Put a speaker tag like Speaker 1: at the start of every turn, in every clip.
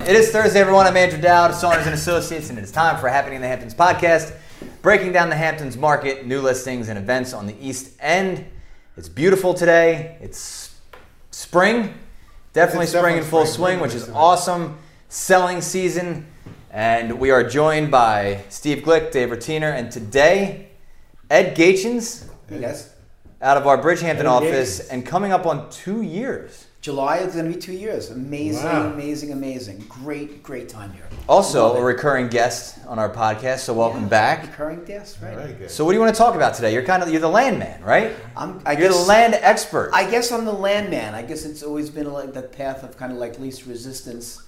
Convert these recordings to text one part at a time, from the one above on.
Speaker 1: is Thursday, everyone. I'm Andrew Dowd, Saunders and Associates, and it is time for Happening in the Hamptons podcast, breaking down the Hamptons market, new listings, and events on the East End. It's beautiful today. It's spring, definitely
Speaker 2: It's
Speaker 1: spring
Speaker 2: definitely
Speaker 1: in full
Speaker 2: spring.
Speaker 1: swing, which is awesome. Selling season, and we are joined by Steve Glick, Dave Rutiner, and today Ed Gachins
Speaker 3: Yes.
Speaker 1: out of our Bridgehampton
Speaker 2: Ed
Speaker 1: office,
Speaker 2: Gachins.
Speaker 1: and coming up on two years.
Speaker 3: July is going to be two years. Amazing,
Speaker 2: Wow.
Speaker 3: amazing, amazing. Great, great time here.
Speaker 1: Also,
Speaker 3: Love
Speaker 1: a
Speaker 3: it.
Speaker 1: recurring guest on our podcast, so welcome
Speaker 3: Yeah,
Speaker 1: back.
Speaker 3: Recurring guest, right?
Speaker 2: All right, good.
Speaker 1: So, what do you want to talk about today? You're kind of you're the landman, right?
Speaker 3: I'm. I
Speaker 1: you're
Speaker 3: guess.
Speaker 1: the land expert.
Speaker 3: I guess I'm the landman. I guess it's always been like the path of kind of like least resistance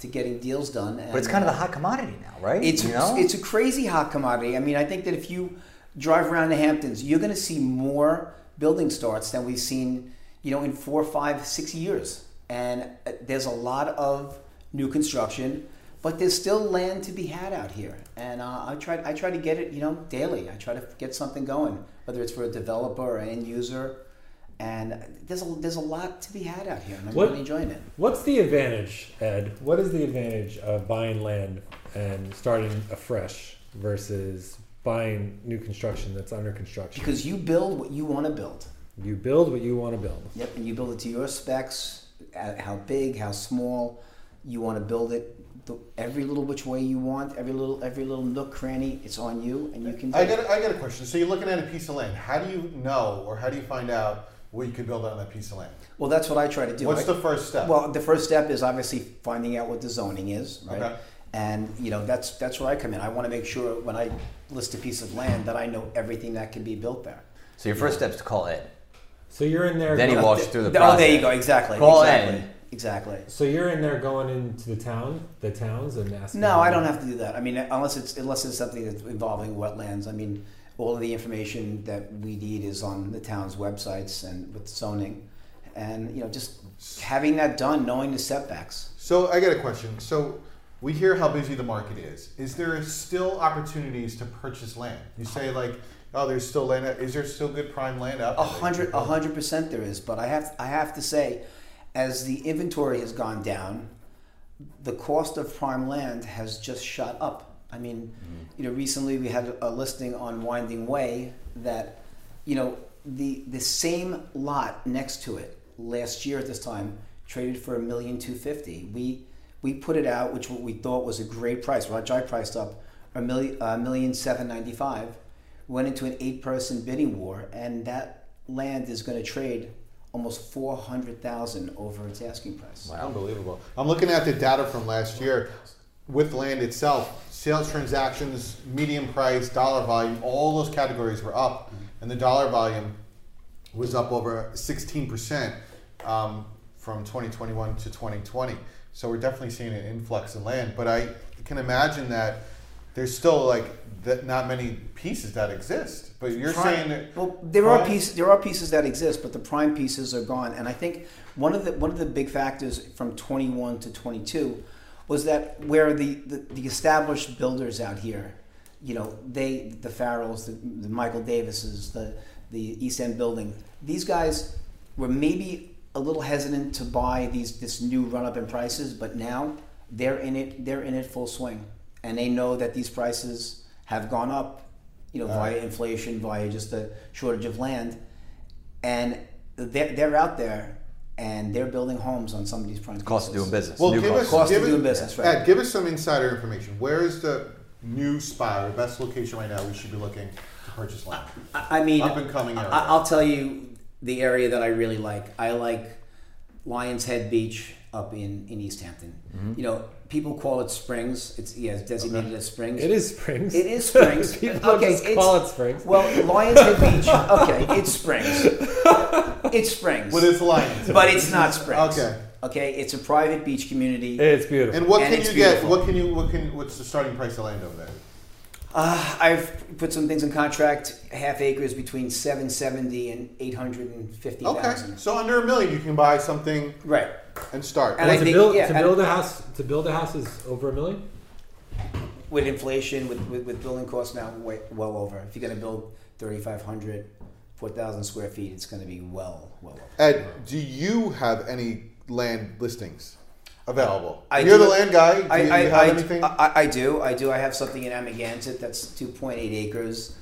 Speaker 3: to getting deals done. And
Speaker 1: but it's kind of the hot commodity now, right?
Speaker 3: It's
Speaker 1: you know?
Speaker 3: it's a crazy hot commodity. I mean, I think that if you drive around the Hamptons, you're going to see more building starts than we've seen, you know, in four, five, six years. And uh, there's a lot of new construction, but there's still land to be had out here. And uh, I try I try to get it, you know, daily. I try to get something going, whether it's for a developer or an end user. And there's a, there's a lot to be had out here, and I'm
Speaker 4: What-
Speaker 3: really enjoying it.
Speaker 4: What's the advantage, Ed? What is the advantage of buying land and starting afresh versus buying new construction that's under construction?
Speaker 3: Because you build what you want to build.
Speaker 4: you build what you want to build.
Speaker 3: Yep, and you build it to your specs, uh, how big, how small you want to build it, the, every little which way you want, every little every little nook cranny. It's on you, and you can. Do
Speaker 2: I
Speaker 3: it.
Speaker 2: got, a, I got a question. So you're looking at a piece of land. How do you know, or how do you find out what you could build on that piece of land?
Speaker 3: Well, that's what I try to do.
Speaker 2: What's
Speaker 3: I-
Speaker 2: the first step?
Speaker 3: Well, the first step is obviously finding out what the zoning is, right?
Speaker 2: Okay.
Speaker 3: And you know that's that's where I come in. I want to make sure when I list a piece of land that I know everything that can be built there.
Speaker 1: so your first step is to call Ed.
Speaker 4: So you're in there.
Speaker 1: Then he
Speaker 4: going-
Speaker 1: walks through the
Speaker 3: oh,
Speaker 1: process.
Speaker 3: there you go. Exactly.
Speaker 1: Call
Speaker 3: exactly.
Speaker 1: in.
Speaker 3: Exactly.
Speaker 4: so you're in there going into the town, the towns, and asking.
Speaker 3: No, I don't have to do that. I mean, unless it's unless it's something that's involving wetlands. I mean, all of the information that we need is on the town's websites and with zoning, and you know, just having that done, knowing the setbacks.
Speaker 2: so I got a question. So we hear how busy the market is. Is there still opportunities to purchase land? You say like, oh, there's still land. Is there still good prime land out
Speaker 3: A
Speaker 2: there? that you
Speaker 3: hundred,
Speaker 2: could
Speaker 3: a
Speaker 2: build?
Speaker 3: hundred percent there is. But I have, I have to say, as the inventory has gone down, the cost of prime land has just shot up. I mean, you know, recently we had a listing on Winding Way that, you know, the the same lot next to it last year at this time traded for a million two fifty. We we put it out, which we thought was a great price. Which I priced up a million a million seven ninety five. Went into an eight person bidding war, and that land is going to trade almost four hundred thousand over its asking price.
Speaker 2: Unbelievable. I'm looking at the data from last year with land itself. Sales transactions, median price, dollar volume, all those categories were up, and the dollar volume was up over 16% um, from 2021 to 2020. So we're definitely seeing an influx of land, but I can imagine that there's still like that not many pieces that exist. But you're saying that
Speaker 3: Well, there are
Speaker 2: Prime?
Speaker 3: pieces. There are pieces that exist, but the prime pieces are gone. And I think one of the one of the big factors from 21 to 22 was that where the the, the established builders out here, you know, they the Farrells, the, the Michael Davises, the the East End Building, these guys were maybe a little hesitant to buy these this new run up in prices, but now they're in it. They're in it full swing, and they know that these prices have gone up you know, via inflation, via just the shortage of land, and they're, they're out there and they're building homes on some of these prime
Speaker 1: Cost of
Speaker 3: pieces.
Speaker 1: doing business.
Speaker 2: Well,
Speaker 1: new
Speaker 2: give
Speaker 1: cost.
Speaker 2: us,
Speaker 3: Cost of
Speaker 2: give us-
Speaker 3: doing business, right.
Speaker 2: Ed, give us some insider information. Where is the new spot or best location right now we should be looking to purchase land?
Speaker 3: I I mean,
Speaker 2: Up and coming area.
Speaker 3: I, I'll tell you the area that I really like. I like Lions Head Beach up in in East Hampton.
Speaker 4: Mm-hmm.
Speaker 3: You know, people call it Springs. It's yeah, it's designated as Springs.
Speaker 4: It is Springs.
Speaker 3: It is Springs.
Speaker 4: People don't
Speaker 3: Okay,
Speaker 4: just
Speaker 3: it's-
Speaker 4: call it Springs.
Speaker 3: Well, Lions Head Beach. Okay, it's Springs. It's Springs.
Speaker 2: With its lions.
Speaker 3: but it's not Springs.
Speaker 2: Okay.
Speaker 3: Okay, it's a private beach community.
Speaker 4: it's beautiful.
Speaker 2: and what
Speaker 3: And
Speaker 2: can
Speaker 3: it's
Speaker 2: you get?
Speaker 3: beautiful.
Speaker 2: What can you? What can? What's the starting price of land over there?
Speaker 3: Uh, I've put some things in contract. Half acres between seven seventy and eight hundred and fifty
Speaker 2: Okay,
Speaker 3: thousand.
Speaker 2: so under a million, you can buy something
Speaker 3: Right.
Speaker 2: and start.
Speaker 3: And
Speaker 4: Well,
Speaker 3: I
Speaker 4: to
Speaker 3: think-
Speaker 4: build
Speaker 3: yeah,
Speaker 4: to
Speaker 3: and-
Speaker 4: build a house to build a house is over a million.
Speaker 3: With inflation, with, with, with building costs now way, well over. If you're going to build 3,500, 4,000 square feet, it's going to be well, well over.
Speaker 2: Ed, do you have any land listings? available.
Speaker 3: I
Speaker 2: You're
Speaker 3: do-
Speaker 2: the land guy. Do
Speaker 3: I,
Speaker 2: you,
Speaker 3: I,
Speaker 2: you have
Speaker 3: I, uh,
Speaker 2: anything?
Speaker 3: I, I do. I do. I have something in Amagansett that's 2.8 acres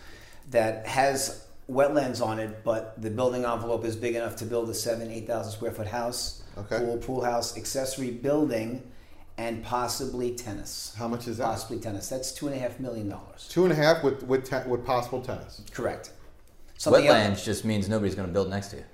Speaker 3: that has wetlands on it, but the building envelope is big enough to build a seven, 8,000 square foot house,
Speaker 2: Okay.
Speaker 3: pool, pool house, accessory building, and possibly tennis.
Speaker 2: How much is that?
Speaker 3: Possibly tennis. That's two and a half million dollars.
Speaker 2: Two and a half with with ten, with possible tennis.
Speaker 3: Correct. Something else-
Speaker 1: Wetlands just means nobody's going to build next to you.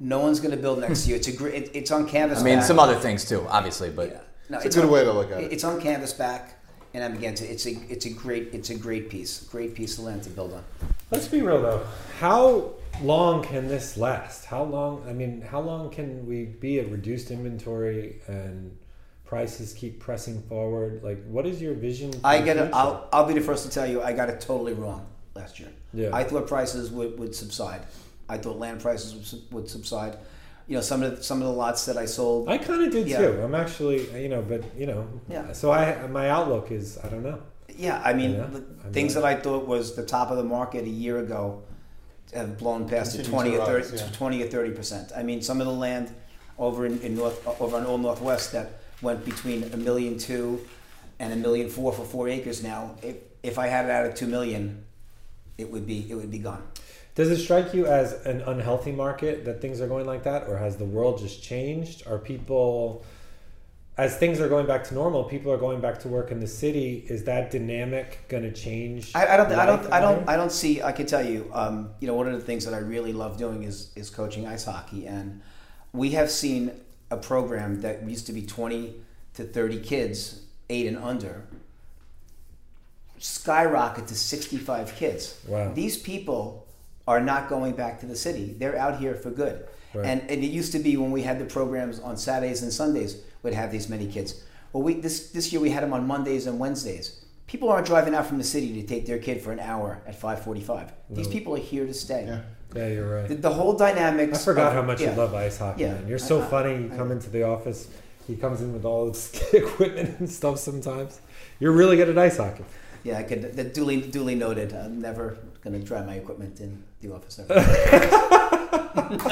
Speaker 3: No one's going to build next to you. It's a great. It, it's on canvas.
Speaker 1: I mean,
Speaker 3: back.
Speaker 1: some other things too, obviously, but
Speaker 3: Yeah. No,
Speaker 2: It's a good
Speaker 3: on-
Speaker 2: way to look at it.
Speaker 3: It's on canvas back, and I'm against it. It's a it's a great it's a great piece, great piece of land to build on.
Speaker 4: Let's be real though. How long can this last? How long? I mean, how long can we be at reduced inventory and prices keep pressing forward? Like, what is your vision? for
Speaker 3: I
Speaker 4: the
Speaker 3: get it.
Speaker 4: future?
Speaker 3: I'll I'll be the first to tell you I got it totally wrong last year.
Speaker 4: Yeah.
Speaker 3: I thought prices would, would subside. I thought land prices would, sub- would subside. You know, some of the, some of the lots that I sold.
Speaker 4: I kind of did
Speaker 3: Yeah.
Speaker 4: too. I'm actually, you know, but you know,
Speaker 3: Yeah.
Speaker 4: So I, my outlook is, I don't know.
Speaker 3: yeah, I mean,
Speaker 4: Yeah,
Speaker 3: the
Speaker 4: I
Speaker 3: things
Speaker 4: know.
Speaker 3: that I thought was the top of the market a year ago have blown past the
Speaker 2: Continue
Speaker 3: twenty
Speaker 2: to
Speaker 3: or thirty
Speaker 2: rise, yeah.
Speaker 3: twenty or thirty percent. I mean, some of the land over in, in north over on Old Northwest that went between a million two and a million four for four acres. Now, if if I had it out of two million, it would be it would be gone.
Speaker 4: Does it strike you as an unhealthy market that things are going like that, or has the world just changed? Are people, as things are going back to normal, people are going back to work in the city? Is that dynamic going to change?
Speaker 3: I, I don't. I
Speaker 4: life
Speaker 3: don't. I
Speaker 4: out
Speaker 3: don't.
Speaker 4: here?
Speaker 3: I don't see. I can tell you. Um, you know, one of the things that I really love doing is is coaching ice hockey, and we have seen a program that used to be twenty to thirty kids, eight and under, skyrocket to sixty five kids.
Speaker 4: Wow.
Speaker 3: These people are not going back to the city. They're out here for good.
Speaker 4: Right.
Speaker 3: And and it used to be when we had the programs on Saturdays and Sundays, we'd have these many kids. Well, we this this year we had them on Mondays and Wednesdays. People aren't driving out from the city to take their kid for an hour at 5:45. These people are here to stay.
Speaker 2: Yeah.
Speaker 4: yeah, you're right.
Speaker 3: The, the whole dynamics.
Speaker 4: I forgot
Speaker 3: of-
Speaker 4: how much
Speaker 3: yeah.
Speaker 4: you love ice hockey,
Speaker 3: Yeah.
Speaker 4: man. You're so
Speaker 3: I- I-
Speaker 4: funny. You come into the office. He comes in with all his equipment and stuff sometimes. You're really good at ice hockey.
Speaker 3: Yeah, I could. That duly duly noted. I'm never gonna drive my equipment in the office. ever.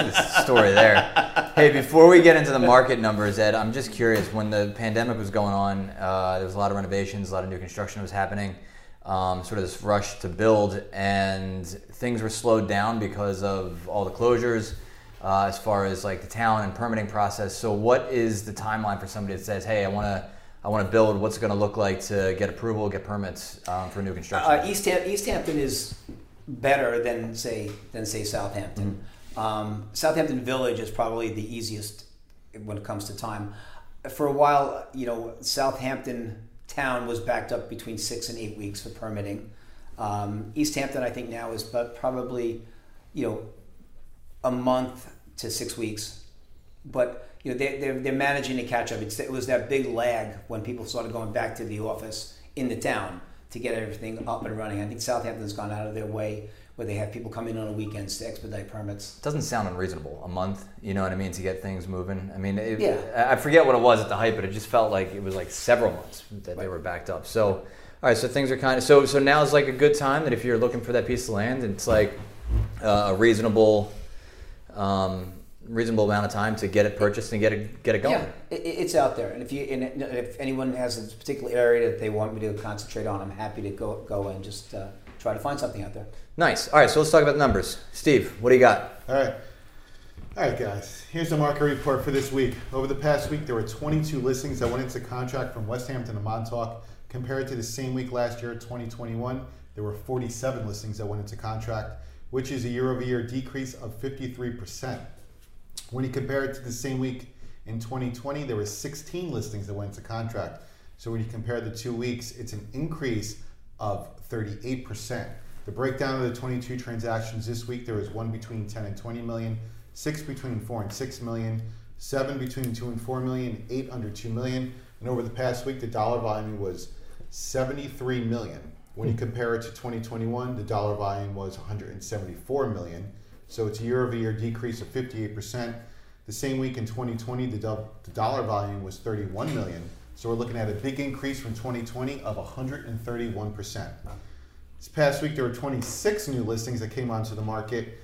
Speaker 1: this story there. Hey, before we get into the market numbers, Ed, I'm just curious. When the pandemic was going on, uh, there was a lot of renovations, a lot of new construction was happening. Um, sort of this rush to build, and things were slowed down because of all the closures, uh, as far as like the town and permitting process. So, what is the timeline for somebody that says, "Hey, I want to, I want to build. What's it going to look like to get approval, get permits um, for new construction?"
Speaker 3: Uh, East, Ham- East Hampton is better than say than say Southampton. Um, Southampton Village is probably the easiest when it comes to time. For a while, you know, Southampton town was backed up between six and eight weeks for permitting. Um, East Hampton, I think now is but probably, you know, a month to six weeks. But you know they, they're they're managing to catch up. It's, it was that big lag when people started going back to the office in the town to get everything up and running. I think Southampton's gone out of their way where they have people come in on the weekends to expedite permits.
Speaker 1: doesn't sound unreasonable. A month, you know what I mean, to get things moving. I mean, it,
Speaker 3: Yeah.
Speaker 1: I I forget what it was at the height, but it just felt like it was like several months that they
Speaker 3: Right.
Speaker 1: were backed up. So, all right, so things are kind of so so now is like a good time that if you're looking for that piece of land, it's like uh, a reasonable, um, reasonable amount of time to get it purchased and get it get it going.
Speaker 3: Yeah, it, it- it's out there, and if you and it- if anyone has a particular area that they want me to concentrate on, I'm happy to go go and just uh, try to find something out there.
Speaker 1: Nice. All right, so let's talk about the numbers. Steve, what do you got?
Speaker 2: All right. All right, guys. Here's the market report for this week. Over the past week, there were 22 listings that went into contract from West Hampton to Montauk. Compared to the same week last year, 2021, there were 47 listings that went into contract, which is a year-over-year decrease of 53 percent. When you compare it to the same week in 2020, there were 16 listings that went into contract. So when you compare the two weeks, it's an increase of 38%. The breakdown of the 22 transactions this week, there was one between 10 and 20 million, six between 4 and 6 million, seven between 2 and 4 million, eight under 2 million. And over the past week, the dollar volume was 73 million. When you compare it to 2021, the dollar volume was 174 million. So it's a year over year decrease of 58%. The same week in 2020, the, do- the dollar volume was 31 million. So we're looking at a big increase from 2020 of 131%. This past week, there were 26 new listings that came onto the market.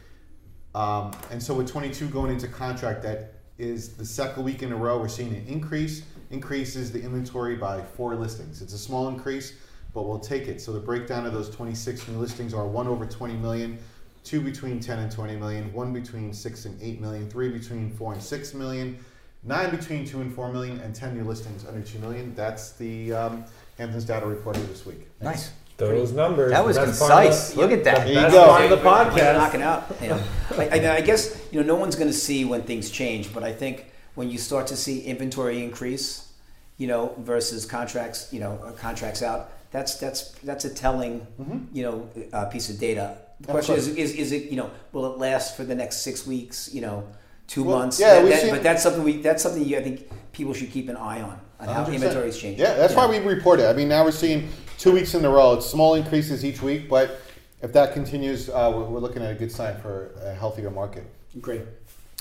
Speaker 2: Um, and so with 22 going into contract, that is the second week in a row we're seeing an increase. increases the inventory by four listings. It's a small increase, but we'll take it. So the breakdown of those 26 new listings are one over 20 million, two between 10 and 20 million, one between 6 and 8 million, three between 4 and 6 million, nine between 2 and 4 million, and 10 new listings under 2 million. That's the um, Hamptons data reported this week.
Speaker 1: Nice.
Speaker 4: Those numbers.
Speaker 1: That was
Speaker 4: the best part of
Speaker 1: concise.
Speaker 4: the-
Speaker 1: Look at that.
Speaker 4: The
Speaker 2: There you
Speaker 4: best
Speaker 2: go.
Speaker 4: part of the
Speaker 3: We're
Speaker 4: podcast.
Speaker 3: knocking out. You know, I, I, I guess you know no one's going to see when things change, but I think when you start to see inventory increase, you know, versus contracts, you know, uh, contracts out, that's that's that's a telling, you know, uh, piece of data. The
Speaker 2: Mm-hmm. Of
Speaker 3: question
Speaker 2: course.
Speaker 3: is, is is it you know will it last for the next six weeks? You know, two
Speaker 2: Well,
Speaker 3: months.
Speaker 2: yeah,
Speaker 3: That-
Speaker 2: we've
Speaker 3: that-
Speaker 2: seen-
Speaker 3: but that's something we that's something you, I think people should keep an eye on on how
Speaker 2: 100%.
Speaker 3: inventory is changing.
Speaker 2: Yeah, that's
Speaker 3: You
Speaker 2: why
Speaker 3: know?
Speaker 2: we report it. I mean, now we're seeing two weeks in a row. It's small increases each week, but if that continues, uh, we're, we're looking at a good sign for a healthier market.
Speaker 3: Great.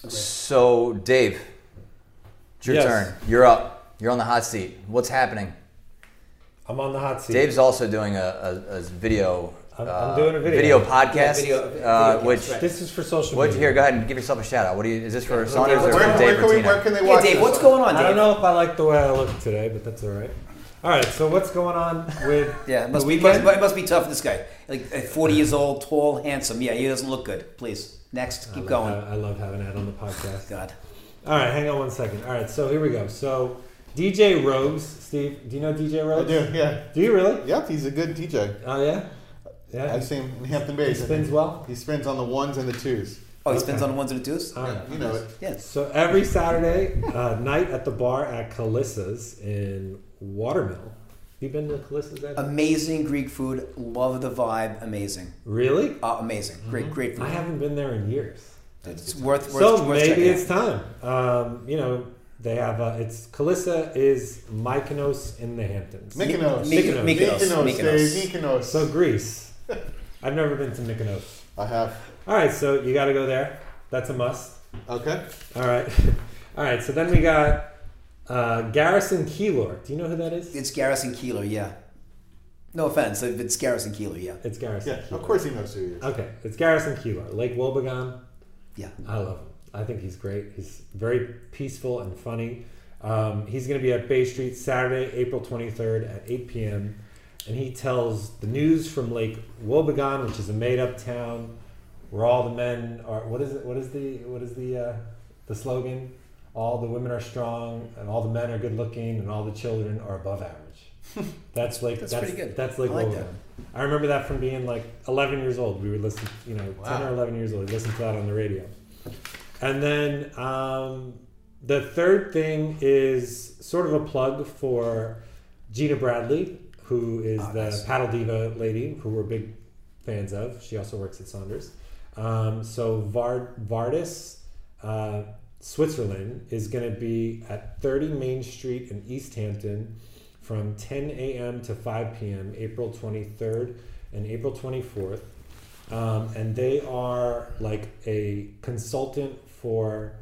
Speaker 1: So, Dave, it's your
Speaker 4: Yes.
Speaker 1: turn. You're up. You're on the hot seat. What's happening?
Speaker 4: I'm on the hot seat.
Speaker 1: Dave's also doing a, a, a video. uh,
Speaker 4: I'm- I'm doing a video.
Speaker 1: podcast,
Speaker 3: Yeah, video-
Speaker 1: uh,
Speaker 3: video cast,
Speaker 1: which
Speaker 3: right.
Speaker 4: This is for social
Speaker 1: what
Speaker 4: media.
Speaker 1: here? Go ahead and give yourself a shout out. What do you? Is this for Sonya? or is
Speaker 4: Where-
Speaker 1: it for Dave
Speaker 2: where, can we,
Speaker 1: Martino?
Speaker 2: where can they
Speaker 3: Yeah,
Speaker 2: watch
Speaker 3: Dave,
Speaker 2: this?
Speaker 3: what's going on, Dave?
Speaker 4: I don't know if I like the way I look today, but that's all right. All right, so what's going on with
Speaker 3: Yeah, it
Speaker 4: the
Speaker 3: must be,
Speaker 4: weekend?
Speaker 3: must, it must be tough. This guy, like at forty years old, tall, handsome. Yeah, he doesn't look good. Please, next, keep
Speaker 4: I
Speaker 3: going.
Speaker 4: love, I love having Ed on the podcast.
Speaker 3: God,
Speaker 4: All right, hang on one second. All right, so here we go. So DJ Rose, Steve, do you know DJ
Speaker 2: I
Speaker 4: Rose?
Speaker 2: do, yeah.
Speaker 4: Do you really?
Speaker 2: Yep, he's a good DJ.
Speaker 4: Oh yeah, yeah.
Speaker 2: I've seen him in Hampton
Speaker 4: He
Speaker 2: Bays.
Speaker 4: spins well.
Speaker 2: He spins on the ones and the twos.
Speaker 3: oh, he
Speaker 4: Okay. Uh,
Speaker 3: spins on ones and twos.
Speaker 4: All right.
Speaker 2: You know it.
Speaker 3: Yes,
Speaker 4: So every Saturday uh, night at the bar at Calissa's in Watermill. You been to Calissa's? Ed?
Speaker 3: Uh, amazing Greek food. Love the vibe. Amazing,
Speaker 4: really?
Speaker 3: uh, amazing. Great, great
Speaker 4: Mm-hmm. I
Speaker 3: food.
Speaker 4: haven't been there in years.
Speaker 3: It's worth, worth,
Speaker 4: so
Speaker 3: worth
Speaker 4: maybe
Speaker 3: checking
Speaker 4: it's time. Um, you know, they have uh, it's Calissa is Mykonos in the Hamptons.
Speaker 2: Mykonos.
Speaker 3: Mykonos.
Speaker 4: Mykonos.
Speaker 2: Mykonos,
Speaker 3: Mykonos.
Speaker 2: Dave, Mykonos.
Speaker 4: so Greece. I've never been to Mykonos.
Speaker 2: I have.
Speaker 4: All right, so you got to go there. That's a must.
Speaker 2: Okay.
Speaker 4: All right, all right. So then we got uh, Garrison Keillor. Do you know who that
Speaker 3: out.
Speaker 4: is?
Speaker 3: It's Garrison Keeler. Yeah, no offense. if It's Garrison Keeler. Yeah,
Speaker 4: It's Garrison.
Speaker 2: Yeah,
Speaker 4: Keillor.
Speaker 2: of course he knows who he is.
Speaker 4: Okay, it's Garrison Keillor, Lake Wobegon.
Speaker 3: yeah.
Speaker 4: I love him. I think he's great. He's very peaceful and funny. Um, he's going to be at Bay Street Saturday, April 23rd at 8 p.m. And he tells the news from Lake Wobegon, which is a made-up town where all the men are. What is it? What is the what is the uh, the slogan? All the women are strong, and all the men are good-looking, and all the children are above average. That's like
Speaker 3: That's
Speaker 4: that's,
Speaker 3: pretty good.
Speaker 4: That's like,
Speaker 3: I like
Speaker 4: Wobegon.
Speaker 3: that.
Speaker 4: I remember that from being like 11 years old. We would listen, you know, 10 or 11 years old. We listened to that on the radio. And then um, the third thing is sort of a plug for Gina Bradley, who is
Speaker 3: Ah,
Speaker 4: the
Speaker 3: nice.
Speaker 4: paddle diva lady, who we're big fans of. She also works at Saunders. Um, so Vard- Vardis, uh, Switzerland, is going to be at 30 Main Street in East Hampton from 10 a.m. to 5 p.m. April 23rd and April 24th. Um, and they are like a consultant for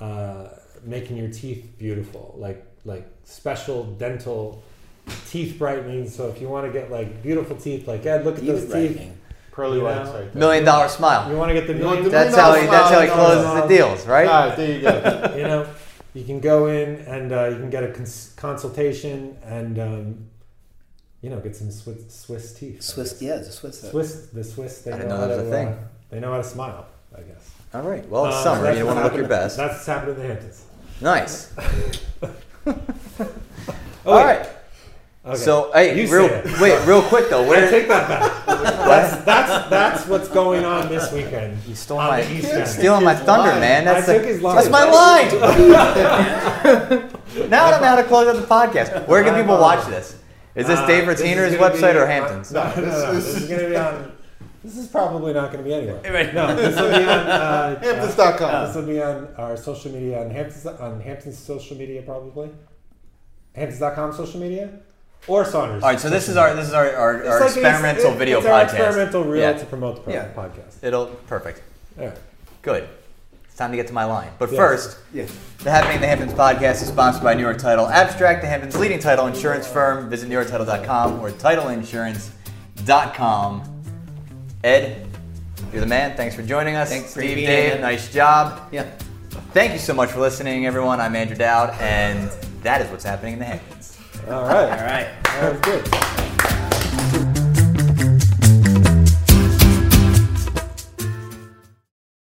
Speaker 4: uh, making your teeth beautiful, like like special dental teeth brightening. So if you want to get like beautiful teeth, like Ed, look at
Speaker 3: Even
Speaker 4: those teeth.
Speaker 3: brightening.
Speaker 2: Pearly
Speaker 4: You
Speaker 2: whites
Speaker 4: know.
Speaker 2: right there.
Speaker 1: Million dollar smile.
Speaker 4: You want to get the
Speaker 2: You want
Speaker 4: million
Speaker 2: the
Speaker 1: That's how he.
Speaker 2: dollar
Speaker 1: That's how he
Speaker 2: smile,
Speaker 1: closes
Speaker 4: dollar
Speaker 1: the deals, right?
Speaker 2: Ah, there you go.
Speaker 4: you know, you can go in and uh, you can get a cons- consultation and um, you know get some Swiss, Swiss teeth. I
Speaker 3: Swiss.
Speaker 4: guess.
Speaker 3: Yeah, it's a Swiss. uh,
Speaker 4: Swiss. The Swiss. They
Speaker 1: I didn't
Speaker 4: know
Speaker 1: know that
Speaker 4: how
Speaker 1: was a
Speaker 4: to, uh,
Speaker 1: thing.
Speaker 4: they know how to smile. I guess.
Speaker 1: All right. Well, it's
Speaker 4: Um, so
Speaker 1: summer.
Speaker 4: that's
Speaker 1: You
Speaker 4: what's
Speaker 1: want to look your
Speaker 4: happening-
Speaker 1: best.
Speaker 4: That's what's happening in the Hamptons.
Speaker 1: Nice.
Speaker 4: Oh,
Speaker 1: All
Speaker 4: wait.
Speaker 1: right.
Speaker 4: Okay.
Speaker 1: So, hey,
Speaker 4: You
Speaker 1: real
Speaker 4: say it.
Speaker 1: wait, real quick though.
Speaker 4: I
Speaker 1: Where
Speaker 4: take that back.
Speaker 1: what?
Speaker 4: That's that's what's going on this weekend.
Speaker 1: you stole
Speaker 4: on
Speaker 1: my
Speaker 4: the East End.
Speaker 1: stealing my
Speaker 2: His
Speaker 1: thunder,
Speaker 2: line.
Speaker 1: man? That's
Speaker 4: I
Speaker 1: the-
Speaker 4: took his line.
Speaker 1: that's my line. now I don't know how to close out the podcast. Where can
Speaker 4: My
Speaker 1: people watch this?
Speaker 4: apologies.
Speaker 1: Is this
Speaker 4: Uh,
Speaker 1: Dave
Speaker 4: this is
Speaker 1: Retiner's
Speaker 4: gonna
Speaker 1: website
Speaker 4: be-
Speaker 1: or Hampton's?
Speaker 4: No, no, no, This is going to be on. This is probably not going to be anywhere. No, this will be on. Uh, uh,
Speaker 2: Hamptons.com.
Speaker 4: this will be on our social media on Hampton's on Hampton's social media probably. Hamptons.com social media or Saunders.
Speaker 1: All right, so this is our this is our, our,
Speaker 4: It's
Speaker 1: our
Speaker 4: like the-
Speaker 1: experimental
Speaker 4: it-
Speaker 1: video
Speaker 4: it's Our
Speaker 1: podcast.
Speaker 4: experimental reel
Speaker 1: Yeah.
Speaker 4: to promote the pro-
Speaker 3: Yeah.
Speaker 4: podcast.
Speaker 1: It'll perfect.
Speaker 4: All right.
Speaker 1: Good. It's time to get to my line. But
Speaker 4: Yes.
Speaker 1: first,
Speaker 3: Yeah.
Speaker 1: the Happening in the Hamptons podcast is sponsored by New York Title Abstract, the Hamptons' leading title insurance firm. Visit NewYorkTitle.com or TitleInsurance.com. Ed, you're the man. Thanks for joining us.
Speaker 3: Thanks for
Speaker 1: Steve,
Speaker 3: being
Speaker 1: Dave,
Speaker 3: here.
Speaker 1: nice job.
Speaker 3: Yeah.
Speaker 1: Thank you so much for listening, everyone. I'm Andrew Dowd, and
Speaker 5: That is what's happening in the Hamptons.
Speaker 4: All right.
Speaker 1: All right.
Speaker 4: That was good.